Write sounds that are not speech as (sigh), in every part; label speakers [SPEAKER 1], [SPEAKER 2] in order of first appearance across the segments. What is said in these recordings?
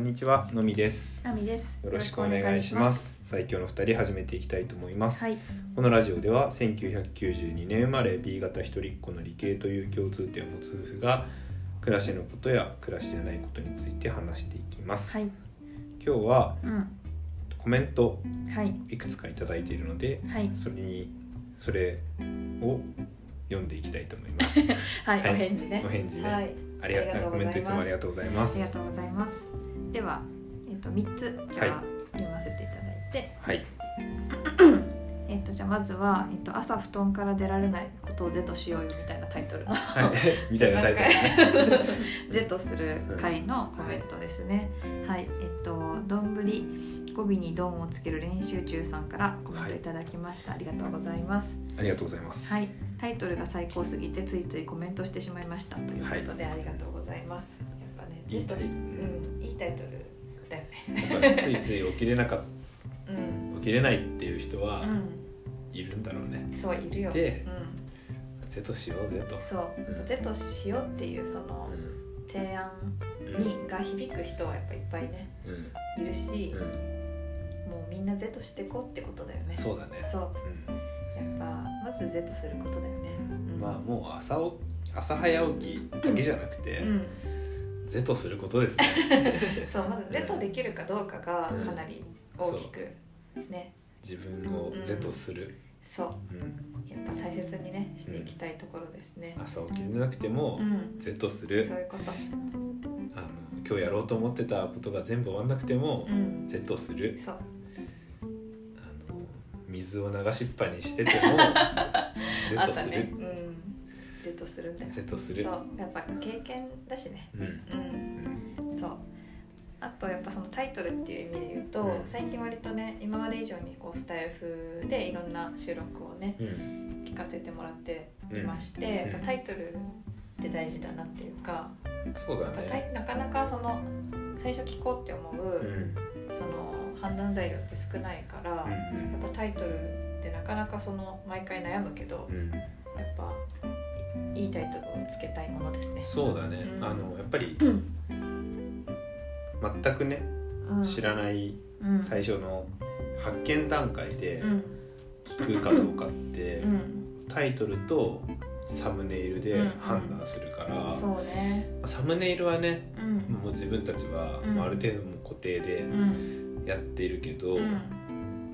[SPEAKER 1] んにちは、のみです。
[SPEAKER 2] ナミです。
[SPEAKER 1] よろしくお願いします。最強の二人始めていきたいと思います。
[SPEAKER 2] はい。
[SPEAKER 1] このラジオでは1992年生まれ B 型一人っ子の理系という共通点を持つ夫婦が暮らしのことや暮らしじゃないことについて話していきます。
[SPEAKER 2] はい。
[SPEAKER 1] 今日は
[SPEAKER 2] うん。
[SPEAKER 1] コメント
[SPEAKER 2] はい。
[SPEAKER 1] いくつかいただいているので、
[SPEAKER 2] はい。
[SPEAKER 1] それにそれを読んでいきたいと思います。
[SPEAKER 2] (laughs) はい。
[SPEAKER 1] はい
[SPEAKER 2] お返事ね
[SPEAKER 1] お。返事ね、
[SPEAKER 2] はい。
[SPEAKER 1] ありが
[SPEAKER 2] ありがとう
[SPEAKER 1] コ
[SPEAKER 2] ござい
[SPEAKER 1] メン
[SPEAKER 2] ます
[SPEAKER 1] トいつもありがとうございま
[SPEAKER 2] あ
[SPEAKER 1] す
[SPEAKER 2] りが。とうございます。では、えっ、と、三つ、今日は読ませていただいて。
[SPEAKER 1] はい、
[SPEAKER 2] えっ、と、じゃ、あまずは、えっ、と、朝布団から出られないことをゼとしようよみたいなタイトルの。
[SPEAKER 1] はい、 (laughs)
[SPEAKER 2] (laughs)
[SPEAKER 1] みたいなタイトルですね。
[SPEAKER 2] ゼとする回のコメントですね。はい、えっと、どんぶり語尾にどんをつける練習中さんからコメントいただきました。ありがとうございます。
[SPEAKER 1] (laughs) ありがとうございます。
[SPEAKER 2] はい、タイトルが最高すぎてついついコメントしてしまいましたということで、
[SPEAKER 1] はい
[SPEAKER 2] ありがとうございます。やっぱね、
[SPEAKER 1] い
[SPEAKER 2] ず
[SPEAKER 1] い
[SPEAKER 2] っ
[SPEAKER 1] タ
[SPEAKER 2] と
[SPEAKER 1] イ
[SPEAKER 2] し、
[SPEAKER 1] ト
[SPEAKER 2] う
[SPEAKER 1] ル
[SPEAKER 2] ん、いいタイトルだよね。
[SPEAKER 1] やっぱりついつい起きれなかっ
[SPEAKER 2] うん、
[SPEAKER 1] 起きれないっていう人は
[SPEAKER 2] う
[SPEAKER 1] いるんだろうね。
[SPEAKER 2] ん、そういるよ。
[SPEAKER 1] で
[SPEAKER 2] う
[SPEAKER 1] ぜとしようぜと
[SPEAKER 2] ん、。そう、ゼとしようっていうその
[SPEAKER 1] う
[SPEAKER 2] 提案
[SPEAKER 1] ん
[SPEAKER 2] にが響く人はやっぱいっぱいね
[SPEAKER 1] うん
[SPEAKER 2] いるし
[SPEAKER 1] う、ん
[SPEAKER 2] もうみんなゼとしてこうってことだよね。
[SPEAKER 1] そうだね。
[SPEAKER 2] そう、
[SPEAKER 1] う
[SPEAKER 2] やっぱまずゼとすることだよね。うんん
[SPEAKER 1] まあもう朝お朝早起きだけじゃなくて、
[SPEAKER 2] うん、
[SPEAKER 1] ぜとすることですね。
[SPEAKER 2] (laughs) そうまずゼとできるかどうかがかなり大きくね、
[SPEAKER 1] 自分をぜとする。
[SPEAKER 2] そう。
[SPEAKER 1] うん
[SPEAKER 2] やっぱ大切にねしていきたいところですね。
[SPEAKER 1] 朝起きれなくても
[SPEAKER 2] う。ん、
[SPEAKER 1] ぜとす
[SPEAKER 2] そう
[SPEAKER 1] る
[SPEAKER 2] いうこと。
[SPEAKER 1] あの今日やろうと思ってたことが全部終わんなくても
[SPEAKER 2] うん、
[SPEAKER 1] ぜとする
[SPEAKER 2] そう、
[SPEAKER 1] あの水を流しっぱにしててもぜ
[SPEAKER 2] (laughs)
[SPEAKER 1] と
[SPEAKER 2] あった
[SPEAKER 1] す
[SPEAKER 2] ね
[SPEAKER 1] る。
[SPEAKER 2] うん、ずっとするんだよ。
[SPEAKER 1] ぜとす
[SPEAKER 2] そう、
[SPEAKER 1] る
[SPEAKER 2] やっぱ経験だしね。
[SPEAKER 1] うん
[SPEAKER 2] うん、
[SPEAKER 1] うん
[SPEAKER 2] そう。あとやっぱそのタイトルっていう意味で言うと、
[SPEAKER 1] うん
[SPEAKER 2] 最近割とね今まで以上にこうスタイフでいろんな収録をね
[SPEAKER 1] うん
[SPEAKER 2] 聞かせてもらっていまして、やっぱタイトルって大事だなっていうか、
[SPEAKER 1] そうだ
[SPEAKER 2] やっぱタ
[SPEAKER 1] ね
[SPEAKER 2] イなかなかその最初聞こうって思う、
[SPEAKER 1] うん
[SPEAKER 2] その判断材料って少ないから、
[SPEAKER 1] うんうん
[SPEAKER 2] やっぱタイトルってなかなかその毎回悩むけど
[SPEAKER 1] う、ん
[SPEAKER 2] やっぱいいいタイトルをつけたいものですね。
[SPEAKER 1] そうだね、
[SPEAKER 2] うん
[SPEAKER 1] あのやっぱり
[SPEAKER 2] うん
[SPEAKER 1] 全くね
[SPEAKER 2] うん
[SPEAKER 1] 知らない
[SPEAKER 2] うん
[SPEAKER 1] 最初の発見段階で
[SPEAKER 2] うん
[SPEAKER 1] 聞くかどうかって、
[SPEAKER 2] うん
[SPEAKER 1] タイトルとサムネイルで
[SPEAKER 2] うん
[SPEAKER 1] 判断するから、ま
[SPEAKER 2] そうね。
[SPEAKER 1] あサムネイルはね
[SPEAKER 2] うん
[SPEAKER 1] もう自分たちは、
[SPEAKER 2] うん
[SPEAKER 1] まあ、ある程度もう固定で
[SPEAKER 2] うん
[SPEAKER 1] やっているけど、
[SPEAKER 2] うん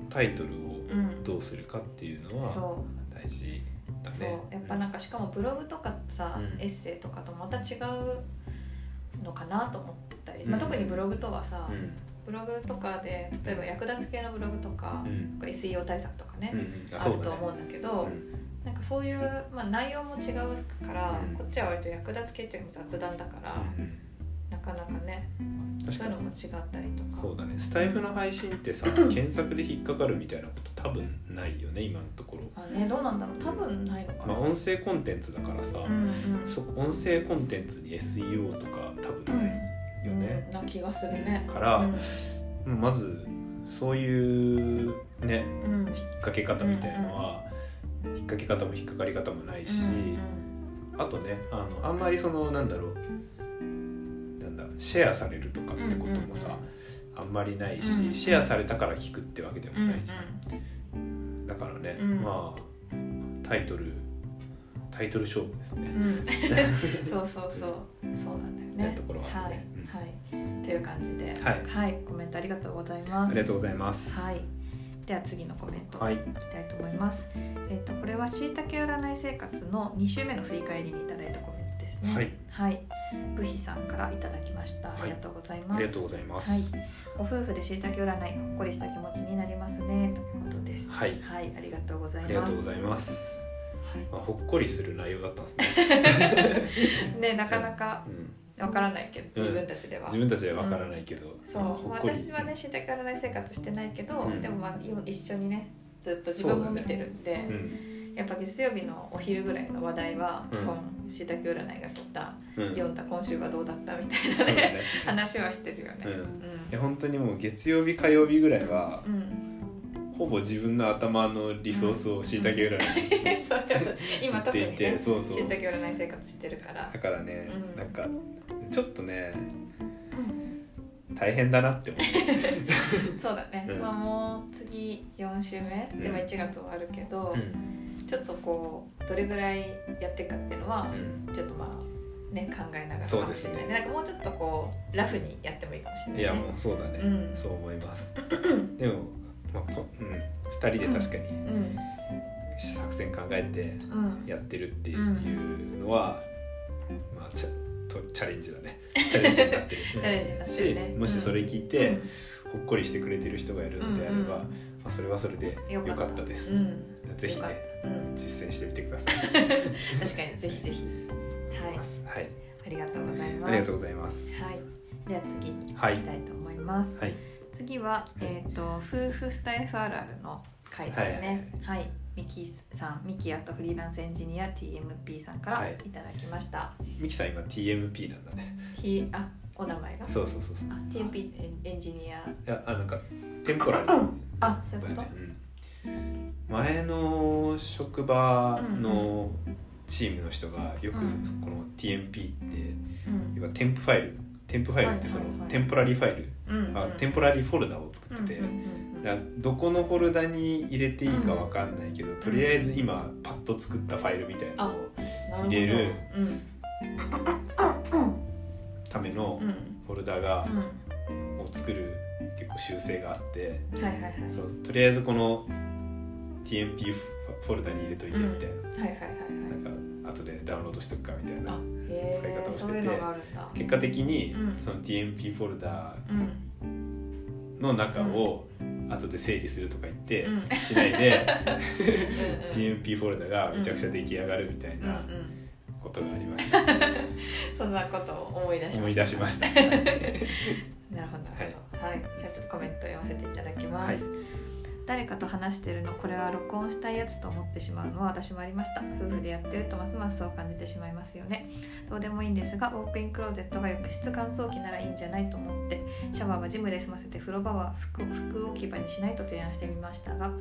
[SPEAKER 1] タイトルを
[SPEAKER 2] うん
[SPEAKER 1] どうするかっていうのは
[SPEAKER 2] そ
[SPEAKER 1] 大事だ
[SPEAKER 2] う
[SPEAKER 1] ね。
[SPEAKER 2] そうやっぱなんかしかもブログとかさ、
[SPEAKER 1] うん
[SPEAKER 2] エッセイとかとまた違うのかなと思ったり、
[SPEAKER 1] うん
[SPEAKER 2] まあ、特にブログとはさ、
[SPEAKER 1] うん
[SPEAKER 2] ブログとかで例えば役立つ系のブログとか
[SPEAKER 1] う、ん
[SPEAKER 2] こう SEO 対策とかね、
[SPEAKER 1] うんうんあ
[SPEAKER 2] あ
[SPEAKER 1] そう
[SPEAKER 2] る
[SPEAKER 1] だね
[SPEAKER 2] と思うんだけど、なんかそういう、まあ、内容も違うから、
[SPEAKER 1] うん
[SPEAKER 2] こっちは割と役立つ系というよりも雑談だから、
[SPEAKER 1] うんうん
[SPEAKER 2] なかなかね
[SPEAKER 1] うん確
[SPEAKER 2] そう
[SPEAKER 1] か
[SPEAKER 2] いう
[SPEAKER 1] に
[SPEAKER 2] のも違ったりとか
[SPEAKER 1] そうだねスタイフの配信ってさ検索で引っかかるみたいなこと多分ないよね今のところ、
[SPEAKER 2] あねどうなんだろう多分ないのか
[SPEAKER 1] ま
[SPEAKER 2] な、
[SPEAKER 1] あ、音声コンテンツだからさ、
[SPEAKER 2] うんうん
[SPEAKER 1] そ音声コンテンツに SEO とか多分ないよね、
[SPEAKER 2] うんな気がするね
[SPEAKER 1] から、
[SPEAKER 2] うん
[SPEAKER 1] まずそういうね
[SPEAKER 2] うん
[SPEAKER 1] 引っ掛け方みたいのは、引っ掛け方も引っかかり方もないし、
[SPEAKER 2] うん
[SPEAKER 1] あとねあのあんまりそのなんだろうなんだシェアされるとかってこともさ、あんまりないし、
[SPEAKER 2] うんうん
[SPEAKER 1] シェアされたから聞くってわけでも
[SPEAKER 2] うんうん
[SPEAKER 1] ないじゃん、だからね、
[SPEAKER 2] うん
[SPEAKER 1] まあタイトルタイトル勝負ですね。 (laughs)
[SPEAKER 2] うんそうそうそうそうなんだ
[SPEAKER 1] な
[SPEAKER 2] よ
[SPEAKER 1] い
[SPEAKER 2] ね
[SPEAKER 1] ところはあ
[SPEAKER 2] は
[SPEAKER 1] る
[SPEAKER 2] い
[SPEAKER 1] ねうん
[SPEAKER 2] はいっていう感じで
[SPEAKER 1] はい
[SPEAKER 2] はいコメントありがとうございま
[SPEAKER 1] あ
[SPEAKER 2] す
[SPEAKER 1] りがとうございます。
[SPEAKER 2] はいでは次のコメント
[SPEAKER 1] はい、
[SPEAKER 2] いきたいと思います。えっ、とこれは椎茸占い生活の2週目の振り返りにいただいたコメントですね。
[SPEAKER 1] はい、
[SPEAKER 2] ブヒさんからいただきました。ありがとうござい
[SPEAKER 1] あ
[SPEAKER 2] ま
[SPEAKER 1] り
[SPEAKER 2] す。
[SPEAKER 1] がとうございます。
[SPEAKER 2] はい、ご夫婦で椎茸占いほっこりした気持ちになりますねということです。
[SPEAKER 1] はい
[SPEAKER 2] ありがとうござい
[SPEAKER 1] あ
[SPEAKER 2] ます。
[SPEAKER 1] りがとうございます。まあ、ほっこりする内容だったんですね。
[SPEAKER 2] はいねなかなか
[SPEAKER 1] うん、
[SPEAKER 2] わからないけど、
[SPEAKER 1] うん
[SPEAKER 2] 自分たちでは。
[SPEAKER 1] 自分たちではわからないけど、
[SPEAKER 2] そ
[SPEAKER 1] まあ
[SPEAKER 2] う私はね、椎茸占い生活してないけど、
[SPEAKER 1] うん
[SPEAKER 2] でもまあ今一緒にねずっと自分も見てるんで、
[SPEAKER 1] うん、
[SPEAKER 2] やっぱ月曜日のお昼ぐらいの話題は
[SPEAKER 1] うん
[SPEAKER 2] 基本しいたけ占いが来た、
[SPEAKER 1] うん、
[SPEAKER 2] 読んだ今週はどうだったみた
[SPEAKER 1] そう
[SPEAKER 2] いな
[SPEAKER 1] だ
[SPEAKER 2] ね
[SPEAKER 1] ね。
[SPEAKER 2] 話はしてるよね。
[SPEAKER 1] うんいや
[SPEAKER 2] う
[SPEAKER 1] 本当にもう月曜日火曜日ぐらいは
[SPEAKER 2] ん、うん、 (laughs)
[SPEAKER 1] ほぼ自分の頭のリソースをしいたけ占いに
[SPEAKER 2] そう今特に
[SPEAKER 1] 言っていて
[SPEAKER 2] ね
[SPEAKER 1] そうそう
[SPEAKER 2] しいたけ占い生活してるから
[SPEAKER 1] だからね、
[SPEAKER 2] うん
[SPEAKER 1] なんかちょっとね、大変だなって思う
[SPEAKER 2] そうだね、
[SPEAKER 1] うん
[SPEAKER 2] まあもう次4週目
[SPEAKER 1] うん
[SPEAKER 2] でも1月終わるけど、
[SPEAKER 1] うん
[SPEAKER 2] ちょっとこうどれぐらいやっていくかっていうのは、ちょっとまあね考えながら
[SPEAKER 1] そう
[SPEAKER 2] か
[SPEAKER 1] で
[SPEAKER 2] も
[SPEAKER 1] す
[SPEAKER 2] し
[SPEAKER 1] ね
[SPEAKER 2] れないねなんかもうちょっとこうラフにやってもいいかもしれ
[SPEAKER 1] う
[SPEAKER 2] なんい
[SPEAKER 1] い
[SPEAKER 2] ね
[SPEAKER 1] やもうそうだね、
[SPEAKER 2] うん
[SPEAKER 1] そう思いますでも、まあこうん、2人で確かに
[SPEAKER 2] うん
[SPEAKER 1] 作戦考えて
[SPEAKER 2] うん
[SPEAKER 1] やってるっていうのは、まあちゃとチャレンジだねチャレンジになってる
[SPEAKER 2] チャレンジになってるね
[SPEAKER 1] しもしそれ聞いて、
[SPEAKER 2] うん
[SPEAKER 1] ほっこりしてくれてる人がいるのであれば、
[SPEAKER 2] うんうん
[SPEAKER 1] まあ、それはそれで良かったです、
[SPEAKER 2] うん
[SPEAKER 1] ぜひね
[SPEAKER 2] よかっうん、
[SPEAKER 1] 実践してみてくだ
[SPEAKER 2] (laughs)
[SPEAKER 1] さい
[SPEAKER 2] 確かに
[SPEAKER 1] (laughs)
[SPEAKER 2] ぜひぜひはい
[SPEAKER 1] はい、
[SPEAKER 2] ありがとうございま
[SPEAKER 1] あ
[SPEAKER 2] す
[SPEAKER 1] りがとうございます
[SPEAKER 2] はいでは次行
[SPEAKER 1] はい
[SPEAKER 2] きたいと思います、
[SPEAKER 1] はい
[SPEAKER 2] 次は、
[SPEAKER 1] うん
[SPEAKER 2] えっ、と夫婦スタイフあるあるの回ですね。はい、ミキさん、ミキアとフリーランスエンジニア TMP さんから
[SPEAKER 1] はい
[SPEAKER 2] いただきました。
[SPEAKER 1] ミキさん今 TMP なんだね
[SPEAKER 2] T あお名前が。
[SPEAKER 1] そうそうそうそう
[SPEAKER 2] あ TMP エンジニア。
[SPEAKER 1] いやあなんかテンポラリー
[SPEAKER 2] あそうい
[SPEAKER 1] だ
[SPEAKER 2] うこ
[SPEAKER 1] よ
[SPEAKER 2] と。
[SPEAKER 1] ね、うん前の職場のチームの人がよく
[SPEAKER 2] うん
[SPEAKER 1] この TMP って
[SPEAKER 2] うん
[SPEAKER 1] 要はテンプファイルテンプファイルってその
[SPEAKER 2] はいはいはい
[SPEAKER 1] テンポラリーファイル、
[SPEAKER 2] うんうん。
[SPEAKER 1] あテンポラリーフォルダを作ってて、
[SPEAKER 2] うんうんうん
[SPEAKER 1] いやどこのフォルダに入れていいかわかんないけど、とりあえず今パッと作ったファイルみたいなのを入れる。
[SPEAKER 2] なほどうん
[SPEAKER 1] ための
[SPEAKER 2] うん
[SPEAKER 1] フォルダが
[SPEAKER 2] うん
[SPEAKER 1] を作る結構修正があって、
[SPEAKER 2] うん。はいはいはい。
[SPEAKER 1] そうとりあえずこの TMP フォルダに入れといてみたい
[SPEAKER 2] はいはいはい
[SPEAKER 1] な、
[SPEAKER 2] はい。
[SPEAKER 1] なんか後でダウンロードしとくかみたいな
[SPEAKER 2] あへ
[SPEAKER 1] 使い方を
[SPEAKER 2] え
[SPEAKER 1] してて
[SPEAKER 2] そういうのがあるんだ。
[SPEAKER 1] 結果的に
[SPEAKER 2] うん
[SPEAKER 1] その TMP フォルダ
[SPEAKER 2] うん
[SPEAKER 1] の中を後で整理するとか言って
[SPEAKER 2] うん。
[SPEAKER 1] しないで
[SPEAKER 2] うん
[SPEAKER 1] TMP フォルダがめちゃくちゃ出来上がるみたい
[SPEAKER 2] うんう。
[SPEAKER 1] なんことがありました
[SPEAKER 2] そんなことを思い出しました。
[SPEAKER 1] 思い出しま
[SPEAKER 2] (laughs)
[SPEAKER 1] した。
[SPEAKER 2] なるほどなるほど。はい、じゃあちょっとコメント読ませていただきます。
[SPEAKER 1] はい
[SPEAKER 2] 誰かと話してるのこれは録音したいやつと思ってしまうのは私もありました夫婦でやってるとますますそう感じてしまいますよねどうでもいいんですがウォークインクローゼットが浴室乾燥機ならいいんじゃないと思ってシャワーはジムで済ませて風呂場は服服置き場にしないと提案してみましたが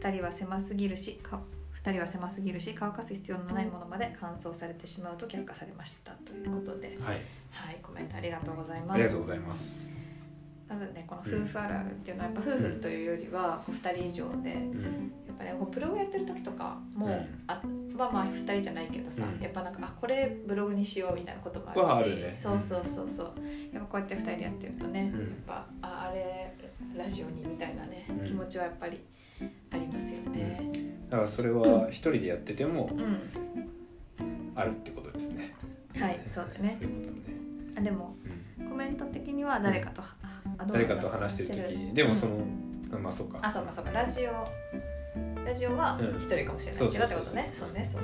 [SPEAKER 2] 2人は狭すぎるしか2人は狭すぎるし乾かす必要のないものまで乾燥されてしまうと却下されましたということで
[SPEAKER 1] はい、
[SPEAKER 2] はいコメントありがとうございます
[SPEAKER 1] ありがとうございます。
[SPEAKER 2] まずねこの夫婦あるあるっていうのはやっぱ夫婦というよりはこう2人以上でや
[SPEAKER 1] うん、
[SPEAKER 2] っぱねこうブログやってる時とかも、
[SPEAKER 1] うん
[SPEAKER 2] あはまあ2人じゃないけどさ、
[SPEAKER 1] うん
[SPEAKER 2] やっぱなんかあこれブログにしようみたいなこともあるし
[SPEAKER 1] はあるね
[SPEAKER 2] そうそうそうそうやっぱこうやって2人でやってるとね、
[SPEAKER 1] うん
[SPEAKER 2] やっぱああれラジオにみたいなね、
[SPEAKER 1] うん
[SPEAKER 2] 気持ちはやっぱりありますよね。
[SPEAKER 1] だからそれは一人でやってても
[SPEAKER 2] うん、
[SPEAKER 1] あるってことですね。
[SPEAKER 2] はいそうだね
[SPEAKER 1] そういうことね。
[SPEAKER 2] あでも
[SPEAKER 1] うん
[SPEAKER 2] コメント的には誰かと、ああどうなんだろ
[SPEAKER 1] 誰
[SPEAKER 2] う
[SPEAKER 1] かと話してる時に、でもその、あまあそうか。
[SPEAKER 2] あそうかそうかラジオラジオは
[SPEAKER 1] うん
[SPEAKER 2] 一人かもしれない
[SPEAKER 1] そう
[SPEAKER 2] け
[SPEAKER 1] そう
[SPEAKER 2] どって
[SPEAKER 1] そ
[SPEAKER 2] こ
[SPEAKER 1] う
[SPEAKER 2] とねそうねそう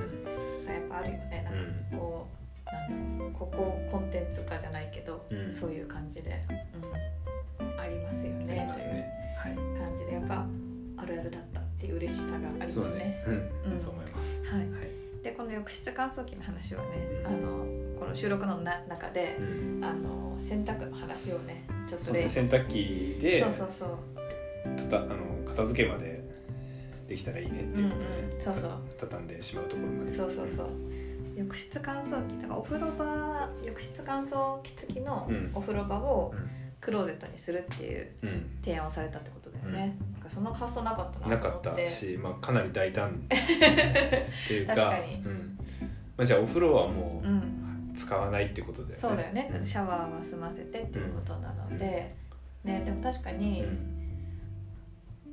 [SPEAKER 2] やっぱあるよねなんかこう、なんだろうここコンテンツ化じゃないけど、
[SPEAKER 1] うん、うん、
[SPEAKER 2] そうういう感じで、うん、ありますよ
[SPEAKER 1] あり
[SPEAKER 2] ね
[SPEAKER 1] ますね。はい。
[SPEAKER 2] という感じでやっぱあるあるだったっていう嬉しさがあり
[SPEAKER 1] そ
[SPEAKER 2] ま
[SPEAKER 1] う
[SPEAKER 2] すね。
[SPEAKER 1] ね。うん、
[SPEAKER 2] うん
[SPEAKER 1] そう思います。
[SPEAKER 2] はい
[SPEAKER 1] はい。
[SPEAKER 2] でこの浴室乾燥機の話はね、
[SPEAKER 1] うん
[SPEAKER 2] あのこの収録のな中で
[SPEAKER 1] う、ん、
[SPEAKER 2] あの洗濯の話をねちょっと
[SPEAKER 1] その
[SPEAKER 2] 例
[SPEAKER 1] 洗濯機で
[SPEAKER 2] そうそうそう
[SPEAKER 1] たたあの片付けまでできたらいいねっていうことで、
[SPEAKER 2] うんうんそうそう
[SPEAKER 1] 畳んでしまうところまで。
[SPEAKER 2] そうそうそう浴室乾燥機だからお風呂場浴室乾燥機付きの
[SPEAKER 1] うん
[SPEAKER 2] お風呂場を
[SPEAKER 1] うん
[SPEAKER 2] クローゼットにするっていう
[SPEAKER 1] うん。
[SPEAKER 2] 提案をされたってことだよね、なんかそんな発想なかったな
[SPEAKER 1] な
[SPEAKER 2] と
[SPEAKER 1] か
[SPEAKER 2] 思っ
[SPEAKER 1] ってたし、まあ、かなり大
[SPEAKER 2] (laughs)
[SPEAKER 1] 胆っていうか
[SPEAKER 2] 確かに
[SPEAKER 1] うんまあ、じゃあお風呂はも
[SPEAKER 2] う、
[SPEAKER 1] うん使わないってことだよね。
[SPEAKER 2] そうだよね、
[SPEAKER 1] うん
[SPEAKER 2] シャワーは済ませてっていうことなので、ね、でも確かに
[SPEAKER 1] うん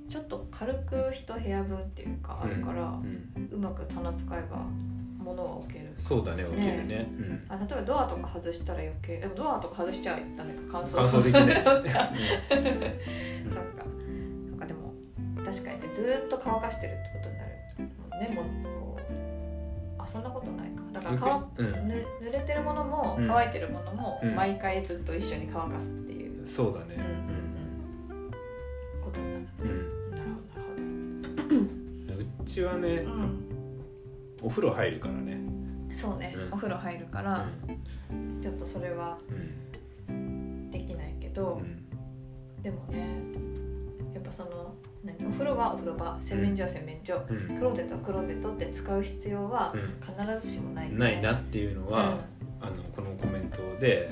[SPEAKER 2] ちょっと軽く一部屋分っていうかあるから、う
[SPEAKER 1] うん
[SPEAKER 2] まく棚使えば物は置ける
[SPEAKER 1] そうだね置けるね
[SPEAKER 2] あ例えばドアとか外したら余計でもドアとか外しちゃダメか乾燥
[SPEAKER 1] 乾燥できない
[SPEAKER 2] そっ (laughs) か
[SPEAKER 1] う
[SPEAKER 2] そっかそっかでも確かにねずーっと乾かしてるってことになるもんねもうこうあそんなことないかだから乾
[SPEAKER 1] うん
[SPEAKER 2] ぬ濡れてるものも
[SPEAKER 1] うん
[SPEAKER 2] 乾いてるものも
[SPEAKER 1] うん
[SPEAKER 2] 毎回ずっと一緒に乾かすっていう、
[SPEAKER 1] んそうだね
[SPEAKER 2] うんうん、ことになる
[SPEAKER 1] うん
[SPEAKER 2] なるほどなる
[SPEAKER 1] うちはね
[SPEAKER 2] ほど、うん、
[SPEAKER 1] お風呂入るからね
[SPEAKER 2] そうね、
[SPEAKER 1] うん
[SPEAKER 2] お風呂入るからちょっとそれは
[SPEAKER 1] うん
[SPEAKER 2] できないけ
[SPEAKER 1] う
[SPEAKER 2] ど、
[SPEAKER 1] ん
[SPEAKER 2] でもねやっぱその何お風呂はお風呂場洗面所は洗面所、
[SPEAKER 1] うん
[SPEAKER 2] クローゼットはクローゼットって使う必要は
[SPEAKER 1] うん
[SPEAKER 2] 必ずしもないよね、
[SPEAKER 1] ないなっていうのはあのこのコメントで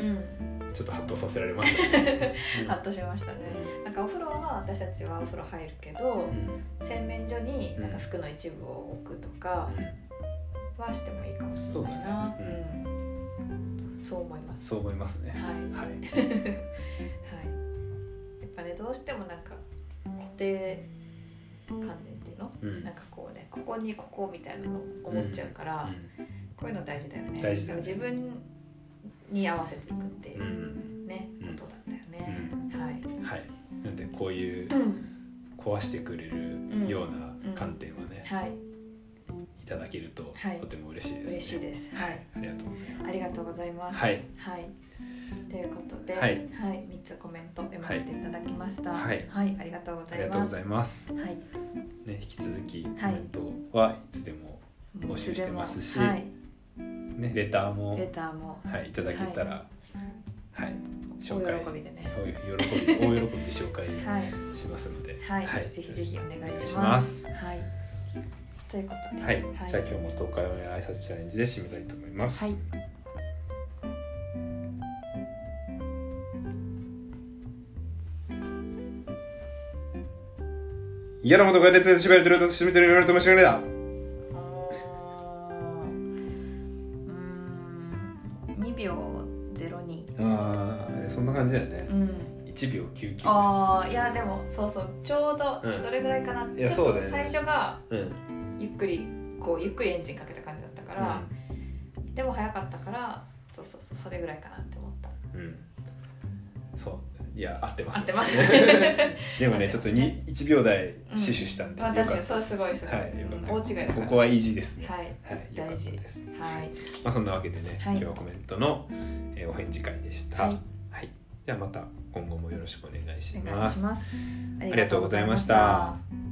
[SPEAKER 2] うん、
[SPEAKER 1] ちょっちょっとハッとさせられましたね
[SPEAKER 2] ハッとしましたねなんかお風呂は私たちはお風呂入るけど
[SPEAKER 1] うんうん
[SPEAKER 2] 洗面所になんか服の一部を置くとかはしてもいいかもし
[SPEAKER 1] そ
[SPEAKER 2] れないな
[SPEAKER 1] うだね
[SPEAKER 2] うんそう思いま
[SPEAKER 1] うん
[SPEAKER 2] す
[SPEAKER 1] そう思いますね
[SPEAKER 2] はい (laughs)
[SPEAKER 1] はい
[SPEAKER 2] はい、やっぱねどうしてもなんか固定観念っていうの、
[SPEAKER 1] うん
[SPEAKER 2] なんかこうねここにここみたいなの思っちゃうから、
[SPEAKER 1] う
[SPEAKER 2] こういうの大事だよね
[SPEAKER 1] 大事だね
[SPEAKER 2] 自分に合わせていくってい
[SPEAKER 1] んう
[SPEAKER 2] うんね、
[SPEAKER 1] うん
[SPEAKER 2] ことだったよね、はい、
[SPEAKER 1] はいなのでこういう壊してくれ
[SPEAKER 2] ん
[SPEAKER 1] るような観点はね
[SPEAKER 2] はい
[SPEAKER 1] いただけると
[SPEAKER 2] はい
[SPEAKER 1] とても嬉しいですね
[SPEAKER 2] 嬉しいですはい
[SPEAKER 1] ありがとうございま
[SPEAKER 2] ありがとうございます
[SPEAKER 1] すはい
[SPEAKER 2] はい、ということで、
[SPEAKER 1] はい
[SPEAKER 2] 3つコメント読ませていただきました
[SPEAKER 1] はい
[SPEAKER 2] ありがとうご
[SPEAKER 1] あ
[SPEAKER 2] ざ
[SPEAKER 1] り
[SPEAKER 2] い
[SPEAKER 1] がとう
[SPEAKER 2] ま
[SPEAKER 1] ご
[SPEAKER 2] す
[SPEAKER 1] ざいます
[SPEAKER 2] はい
[SPEAKER 1] ね引き続きコ
[SPEAKER 2] はい
[SPEAKER 1] メントはいつでも
[SPEAKER 2] もう
[SPEAKER 1] 募集してますし
[SPEAKER 2] いつでもはい、
[SPEAKER 1] ねレターも
[SPEAKER 2] レターも
[SPEAKER 1] はいいただけたらはい紹介
[SPEAKER 2] 大喜びでね
[SPEAKER 1] お喜び大喜びで紹介
[SPEAKER 2] はい、
[SPEAKER 1] しますので
[SPEAKER 2] はい、ぜひぜひお願いします。はい。ということで、
[SPEAKER 1] はい、じゃあ今日も東海オンエア挨拶チャレンジで締めたいと思います。
[SPEAKER 2] はい
[SPEAKER 1] 嫌なことが列で縛られてると締めてる言われてもしれないだ。
[SPEAKER 2] うーん、二秒ゼロ二。
[SPEAKER 1] ああ、そんな感じだよね
[SPEAKER 2] う。ん。
[SPEAKER 1] 一、秒休憩です。
[SPEAKER 2] ああ、いやでもそうそうちょうど
[SPEAKER 1] うん
[SPEAKER 2] どれぐらいかな。
[SPEAKER 1] いや
[SPEAKER 2] ちょ
[SPEAKER 1] そう
[SPEAKER 2] っ
[SPEAKER 1] だ
[SPEAKER 2] と
[SPEAKER 1] よね
[SPEAKER 2] 最初が
[SPEAKER 1] うん。
[SPEAKER 2] ゆっくりこうゆっくりエンジンかけた感じだったから、でも早かったから、そうそうそうそれぐらいかなって思った。
[SPEAKER 1] うん。うん。そう、いや、合ってます。
[SPEAKER 2] 合っ
[SPEAKER 1] (laughs)
[SPEAKER 2] てます。
[SPEAKER 1] でも
[SPEAKER 2] 合ってますね
[SPEAKER 1] ね、ちょっとに一秒台死守したんで、
[SPEAKER 2] ま
[SPEAKER 1] よ
[SPEAKER 2] あ
[SPEAKER 1] かっ
[SPEAKER 2] 確
[SPEAKER 1] た
[SPEAKER 2] か
[SPEAKER 1] で
[SPEAKER 2] にそうすごいすごい。
[SPEAKER 1] はい、よかった。
[SPEAKER 2] 大違いだか
[SPEAKER 1] こ
[SPEAKER 2] ら。
[SPEAKER 1] こは維持ですね。
[SPEAKER 2] はい
[SPEAKER 1] はい、よかったです。
[SPEAKER 2] はい
[SPEAKER 1] まあそんなわけでね、
[SPEAKER 2] はい
[SPEAKER 1] 今日はコメントの、えーお返事会でした。
[SPEAKER 2] は
[SPEAKER 1] はいい、じゃあまた今後もよろしくお願いし
[SPEAKER 2] お願
[SPEAKER 1] ま
[SPEAKER 2] いし
[SPEAKER 1] す。
[SPEAKER 2] ます。あ
[SPEAKER 1] りがとうございました
[SPEAKER 2] りがとうございました